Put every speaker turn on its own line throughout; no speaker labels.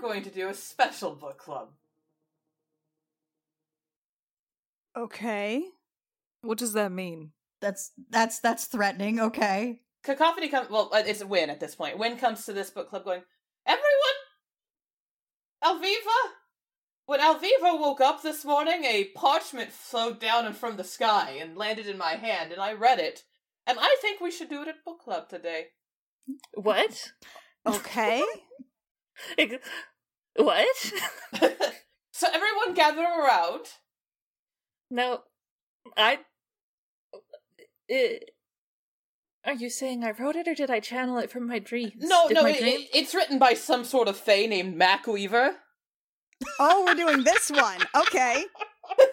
going to do a special book club.
Okay. What does that mean?
That's that's that's threatening. Okay.
Cacophony comes. Well, uh, it's Win at this point. Win comes to this book club going, Everyone! Alviva! When Alviva woke up this morning, a parchment flowed down and from the sky and landed in my hand, and I read it. And I think we should do it at book club today.
What?
Okay.
Ex- what?
so everyone gather around.
No, I. Eh, are you saying I wrote it or did I channel it from my dreams?
No,
did
no,
my
it,
dream-
it- it's written by some sort of fae named Macweaver.
oh, we're doing this one. Okay.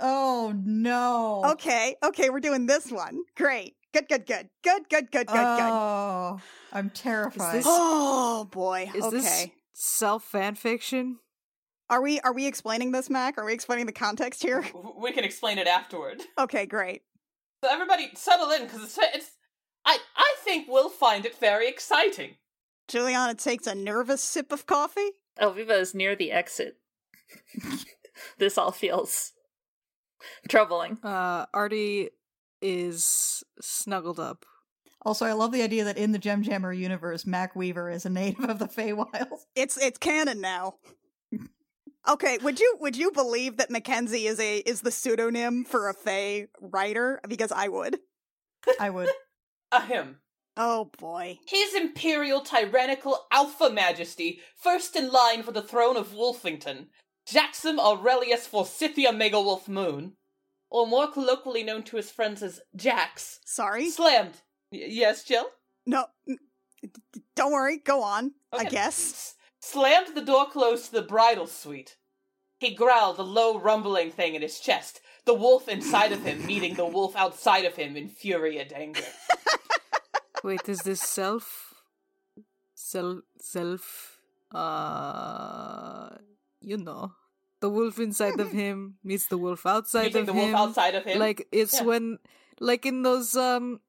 Oh no.
Okay. Okay, we're doing this one. Great. Good, good, good. Good, good, good, good,
Uh,
good.
Oh, I'm terrified.
this-
Oh boy.
Is
okay.
this- Self fan fiction?
Are we are we explaining this, Mac? Are we explaining the context here?
W- We can explain it afterward.
Okay, great.
So everybody settle in because it's, it's. I I think we'll find it very exciting.
Juliana takes a nervous sip of coffee.
Elviva is near the exit. this all feels troubling.
Uh, Artie is snuggled up.
also, I love the idea that in the Gem Jammer universe, Mac Weaver is a native of the Feywild.
It's it's canon now. Okay, would you would you believe that Mackenzie is a is the pseudonym for a Fey writer? Because I would.
I would.
Ahem.
Oh boy.
His imperial tyrannical alpha majesty, first in line for the throne of Wolfington, Jackson Aurelius Forsythia Megawolf Moon, or more colloquially known to his friends as Jax,
Sorry.
slammed. Y- yes, Jill?
No. n- d- d- Don't worry. Go on. I
Okay.
guess.
S- slammed the door closed to the bridal suite. He growled a low rumbling thing in his chest, the wolf inside of him meeting the wolf outside of him in fury and anger.
Wait, is this self? Self. Self. Uh. You know. The wolf inside of him meets the wolf outside
meeting
of
the
him.
wolf outside of him.
Like, it's
Yeah.
when. Like in those, um.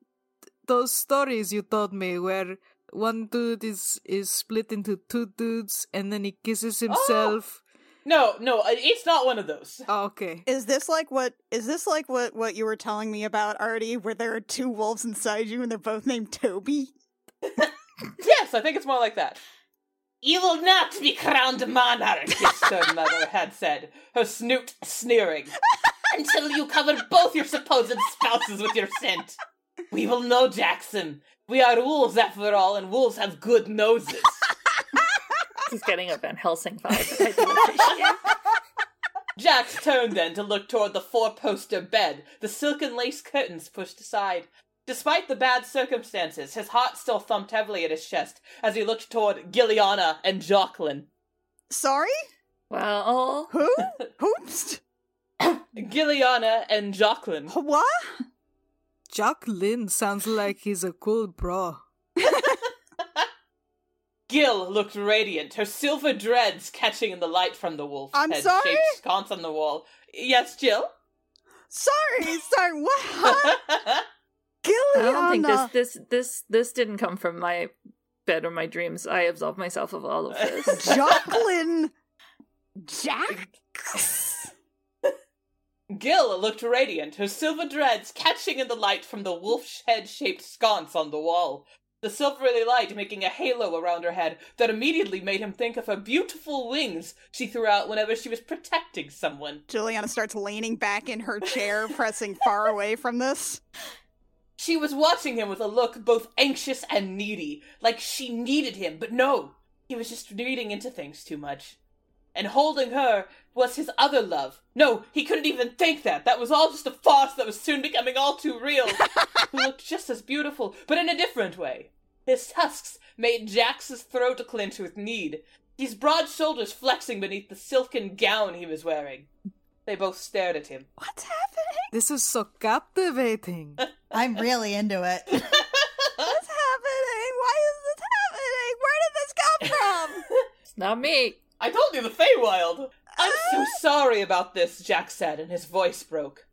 Those stories you told me where one dude is is split into two dudes and then he kisses
Oh!
himself.
no, no, uh, it's not one of those.
Oh, okay.
Is this like what is this like what what you were telling me about Artie, where there are two wolves inside you and they're both named Toby?
Yes, I think it's more like that. You will not be crowned monarch, his stepmother had said, her snoot sneering, until you cover both your supposed spouses with your scent. We will know, Jackson. We are wolves after all, and wolves have good noses.
This is getting a Van Helsing vibe. I do
Jax turned then to look toward the four poster bed, the silken lace curtains pushed aside. Despite the bad circumstances, his heart still thumped heavily at his chest as he looked toward Gilliana and Jocelyn.
Sorry,
Well,
who? Who's
Gilliana and Jocelyn.
what?
Jock Lynn sounds like he's a cool bro.
Gil looked radiant, her silver dreads catching in the light from the wolf
I'm
head
sorry?
shaped sconce on the wall. Yes, Jill?
Sorry, sorry. What? Huh?
I don't think
Gilliana.
this this this this didn't come from my bed or my dreams. I absolve myself of all of this.
Jocelyn Jacks.
Gil looked radiant, her silver dreads catching in the light from the wolf's head shaped sconce on the wall. The silvery light making a halo around her head that immediately made him think of her beautiful wings she threw out whenever she was protecting someone.
Juliana starts leaning back in her chair, pressing far away from this.
She was watching him with a look both anxious and needy, like she needed him, but no, he was just reading into things too much. And holding her was his other love. No, he couldn't even think that. That was all just a farce that was soon becoming all too real. who looked just as beautiful, but in a different way. His tusks made Jax's throat clench with need, his broad shoulders flexing beneath the silken gown he was wearing. They both stared at him.
What's happening?
This is so captivating.
I'm really into
Um,
it.
What's happening? Why is this happening? Where did this come from?
It's not me.
I told you the Feywild. I'm so sorry about this, Jack said, and his voice broke.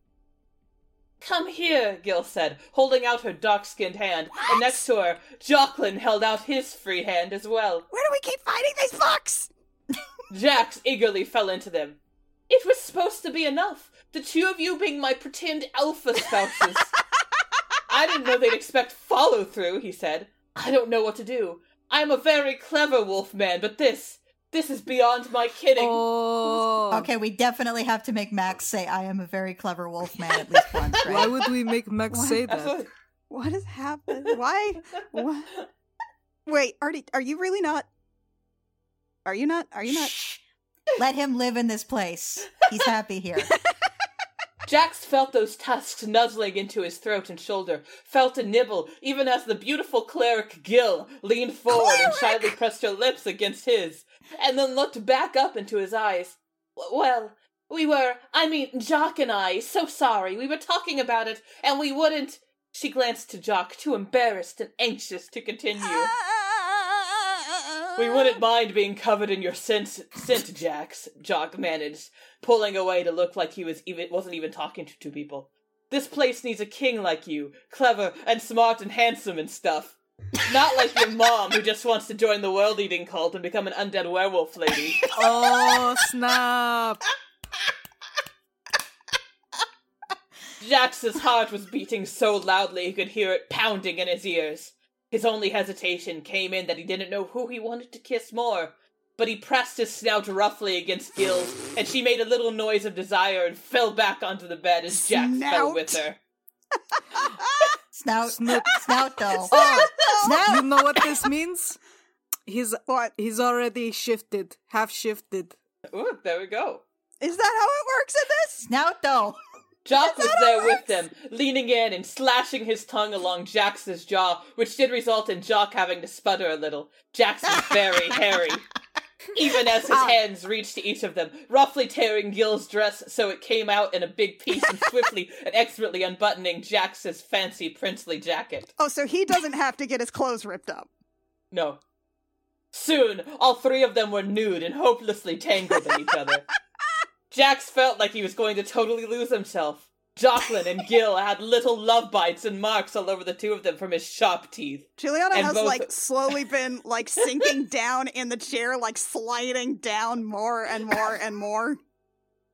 Come here, Gil said, holding out her dark skinned hand, and next to her, Jocelyn held out his free hand as well.
Where do we keep finding these books?
Jax eagerly fell into them. It was supposed to be enough, the two of you being my pretend alpha spouses. I didn't know they'd expect follow through, he said. I don't know what to do. I'm a very clever wolf man, but this, this is beyond my kidding.
Oh.
Okay, we definitely have to make Max say, I am a very clever wolf man at least once,
Why
right?
would we make Max
Why-
say that?
Absolutely.
What has happened? Why? What? Wait, Artie, are you really not? Are you not? Are you not?
Shh. Let him live in this place. He's happy here.
Jax felt those tusks nuzzling into his throat and shoulder, felt a nibble, even as the beautiful cleric Gil leaned forward and shyly pressed her lips against his, and then looked back up into his eyes. W- Well, we were, I mean, Jock and I, so sorry. We were talking about it, and we wouldn't. She glanced to Jock, too embarrassed and anxious to continue. We wouldn't mind being covered in your scent, scent jacks, Jock managed, pulling away to look like he was even wasn't even talking to two people. This place needs a king like you, clever and smart and handsome and stuff. Not like your mom who just wants to join the world eating cult and become an undead werewolf lady.
Oh, snap.
Jax's heart was beating so loudly he could hear it pounding in his ears. His only hesitation came in that he didn't know who he wanted to kiss more, but he pressed his snout roughly against Gil's, and she made a little noise of desire and fell back onto the bed as Jax fell
Snout?
with her.
Snout,
Snoot.
snout though.
Oh,
Snout!
you know what this means? He's
What?
he's already shifted, half shifted.
Ooh, there we go.
Is that how it works in this?
Snout though.
Jock was there with them, leaning in and slashing his tongue along Jax's jaw, which did result in Jock having to sputter a little. Jax was very hairy. Even as his hands reached to each of them, roughly tearing Gil's dress so it came out in a big piece and swiftly and expertly unbuttoning Jax's fancy princely jacket.
Oh, so he doesn't have to get his clothes ripped up.
No. Soon, all three of them were nude and hopelessly tangled in each other. Jax felt like he was going to totally lose himself. Jocelyn and Gil had little love bites and marks all over the two of them from his sharp teeth.
Juliana
And
has
both-
like slowly been like sinking down in the chair, like sliding down more and more and more.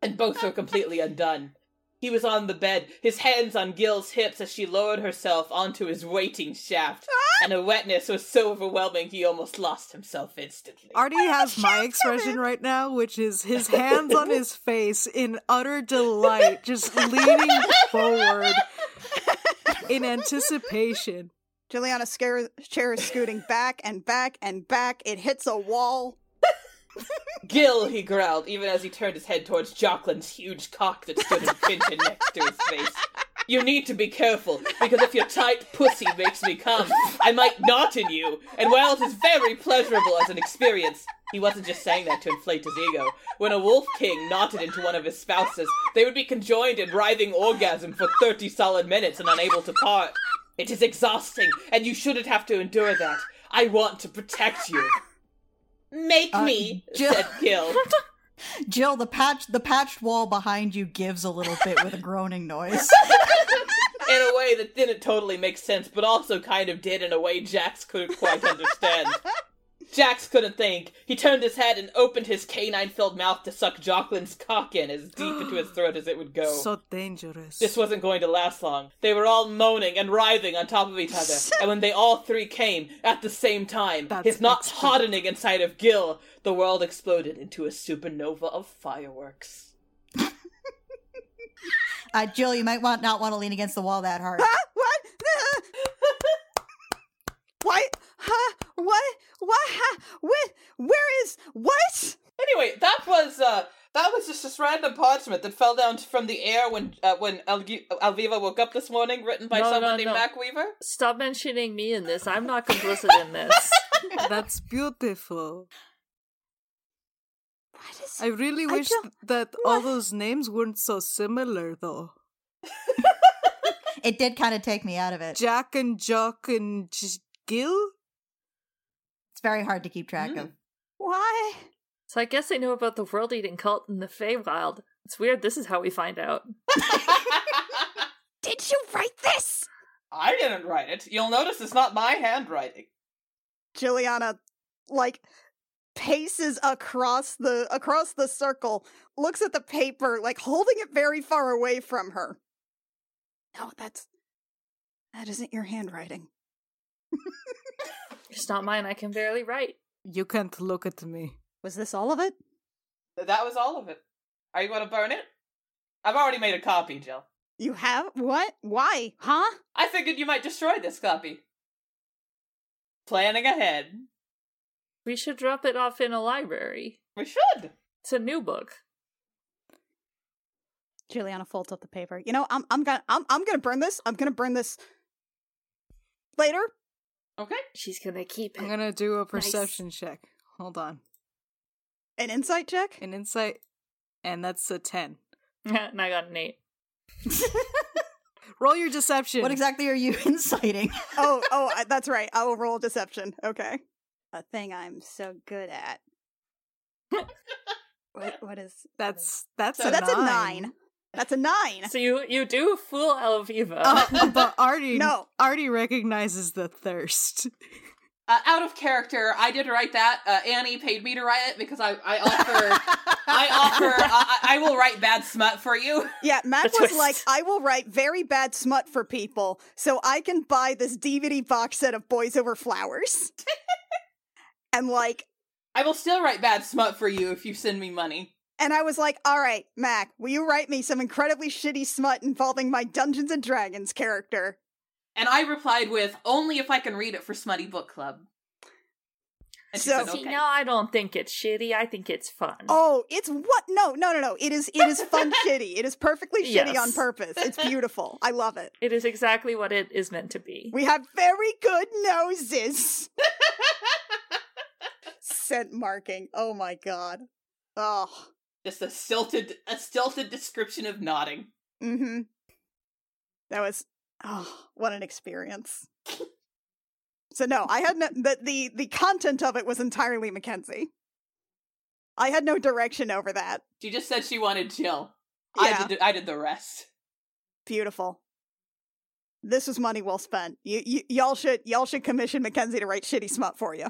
and both were completely undone. He was on the bed, his hands on Gil's hips as she lowered herself onto his waiting shaft, and her wetness was so overwhelming he almost lost himself instantly.
Artie has my expression right now, which is his hands on his face in utter delight, just leaning forward in anticipation.
Juliana's scar- chair is scooting back and back and back. It hits a wall.
Gil, he growled, even as he turned his head towards Jocelyn's huge cock that stood in pigeon next to his face. You need to be careful, because if your tight pussy makes me come, I might knot in you, and while it is very pleasurable as an experience, he wasn't just saying that to inflate his ego. When a wolf king knotted into one of his spouses, they would be conjoined in writhing orgasm for 30 solid minutes and unable to part. It is exhausting, and you shouldn't have to endure that. I want to protect you. Make
Uh,
me,
Jill-
said Gil.
Jill, the patch the patched wall behind you gives a little bit with a groaning noise.
in a way that didn't totally make sense, but also kind of did in a way Jax couldn't quite understand. Jax couldn't think. He turned his head and opened his canine filled mouth to suck Jocelyn's cock in as deep into his throat as it would go.
So dangerous.
this wasn't going to last long. They were all moaning and writhing on top of each other, and when they all three came at the same time,
That's
his knots
extra.
hardening inside of Gil, the world exploded into a supernova of fireworks.
Uh, Jill, you might want not want to lean against the wall that hard.
Huh? What? Uh, Why? Huh? What? What? Huh? Where? Where is? What?
Anyway, that was uh that was just this random parchment that fell down from the air when uh, when Algi- Alviva woke up this morning, written by
No,
someone
no,
named
no.
Mac Weaver.
Stop mentioning me in this. I'm not complicit in this.
That's beautiful.
What is?
I really
I
wish
don't-
that all those names weren't so similar, though.
It did kind of take me out of it.
Jack and Jock and J- Gil?
It's very hard to keep
Hmm?
track of.
Why?
So I guess I know about the world eating cult in the Feywild. It's weird, this is how we find out.
Damn Did you write this?
I didn't write it. You'll notice it's not my handwriting.
Juliana like paces across the across the circle, looks at the paper, like holding it very far away from her. No, that's that isn't your handwriting.
It's not mine. I can barely write.
You can't look at me.
Was this all of it?
Th- That was all of it. Are you going to burn it? I've already made a copy, Jill.
You have what? Why? Huh?
I figured you might destroy this copy. Planning ahead.
We should drop it off in a library.
We should.
It's a new book.
Juliana folds up the paper. You know, I'm I'm gonna I'm I'm gonna burn this. I'm gonna burn this later.
Okay.
She's gonna keep it.
I'm gonna do a perception check. Hold on.
An insight check.
An insight, and that's a 10.
and I got an eight.
Roll your deception.
What exactly are you inciting?
oh, oh, I- that's right. I will roll deception. Okay. A thing I'm so good at. what, what is?
That's that's
so
a
that's
nine.
a nine. That's a nine.
So you you do fool Elviva.
Oh,
Uh, but Artie
No.
Artie recognizes the thirst.
Uh, out of character, I did write that. Uh, Annie paid me to write it because I, I offer, I offer, I, I I will write bad smut for you.
Yeah, Mac
The
was
twist.
like, I will write very bad smut for people so I can buy this DVD box set of Boys Over Flowers. and like,
I will still write bad smut for you if you send me money.
and I was like, all right, Mac, will you write me some incredibly shitty smut involving my Dungeons and Dragons character?
And I replied with, only if I can read it for Smutty Book Club. And she
So-
said,
See,
okay.
no, I don't think it's shitty. I think it's fun.
Oh, it's what? No, no, no, no. It is. It is fun. shitty. It is perfectly shitty on
Yes.
purpose. It's beautiful. I love it.
It is exactly what it is meant to be.
We have very good noses. Scent marking. Oh my god. Oh.
Just a stilted, a stilted description of nodding.
Mm-hmm. That was. Oh, what an experience. so no, I had no. The the, the content of it was entirely Mackenzie. I had no direction over that.
She just said she wanted Jill.
Yeah.
I did, I did the rest.
Beautiful. This was money well spent. You, you y'all should y'all should commission Mackenzie to write shitty smut for you.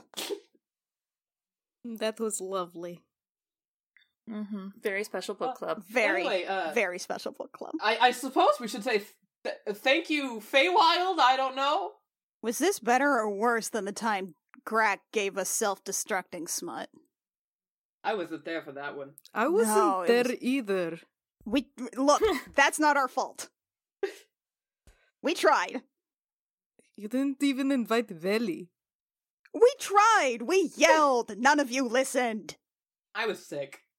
Mm, That was lovely.
hmm Very special book
Oh,
club.
Very
Anyway, uh,
very special book club.
I, I suppose we should say th- thank you, Feywild. I don't know.
Was this better or worse than the time Grack gave us self-destructing smut?
I wasn't there for that one.
I
No,
wasn't
it
there
was-
either.
We look, that's not our fault. We tried.
You didn't even invite Veli.
We tried. We yelled. None of you listened.
I was sick.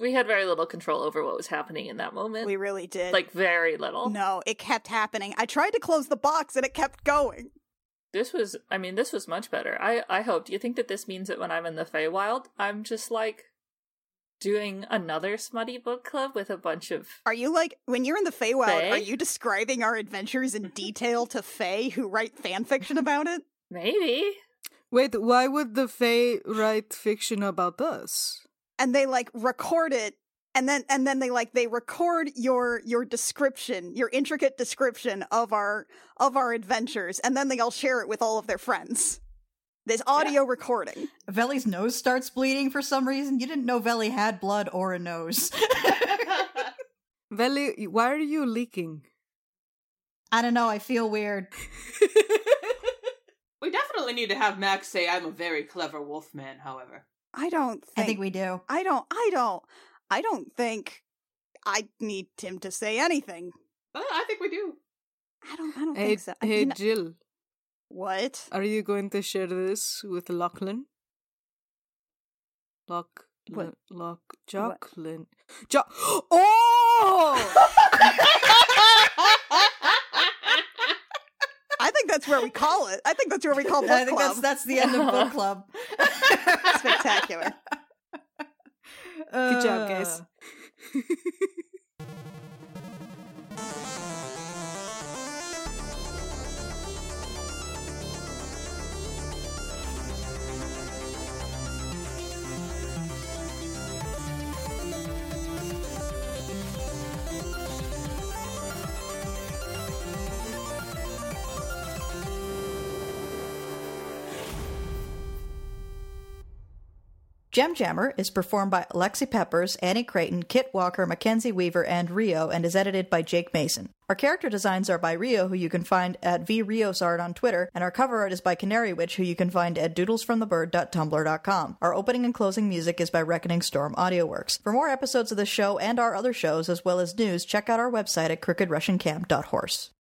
We had very little control over what was happening in that moment.
We really did.
like very little.
no, it kept happening. I tried to close the box and it kept going.
This was I mean, this was much better. I I hope. Do you think that this means that when I'm in the Feywild, I'm just like doing another smutty book club with a bunch of
Are you like when you're in the Feywild? Are
Fae?
you describing our adventures in detail to Fae who write fan fiction about it?
maybe
Wait, why would the Fae write fiction about us?
And they like record it, and then and then they like they record your your description, your intricate description of our of our adventures, and then they all share it with all of their friends. This audio recording.
Veli's nose starts bleeding for some reason. You didn't know Veli had blood or a nose.
Veli, why are you leaking?
I don't know. I feel weird.
we definitely need to have Max say I'm a very clever wolfman, however.
I don't. Think,
I think we do.
I don't. I don't. I don't think. I need Tim to say anything.
Uh, I think we do.
I don't. I don't
Hey,
think so. I
hey
mean,
Jill,
what?
are you going to share this with Lachlan? Lock,
What?
Lock,
What?
Jocklin. Jo- oh!
I think that's where we call it. I think that's where we call book
I think
club.
that's that's the end of book club.
spectacular.
Good job, guys.
Uh, Gem Jammer is performed by Alexi Peppers, Annie Creighton, Kit Walker, Mackenzie Weaver, and Rio, and is edited by Jake Mason. Our character designs are by Rio, who you can find at vriosart on Twitter, and our cover art is by Canary Witch, who you can find at doodlesfromthebird.tumblr.com. Our opening and closing music is by Reckoning Storm AudioWorks. For more episodes of this show and our other shows, as well as news, check out our website at crookedrussiancamp.horse.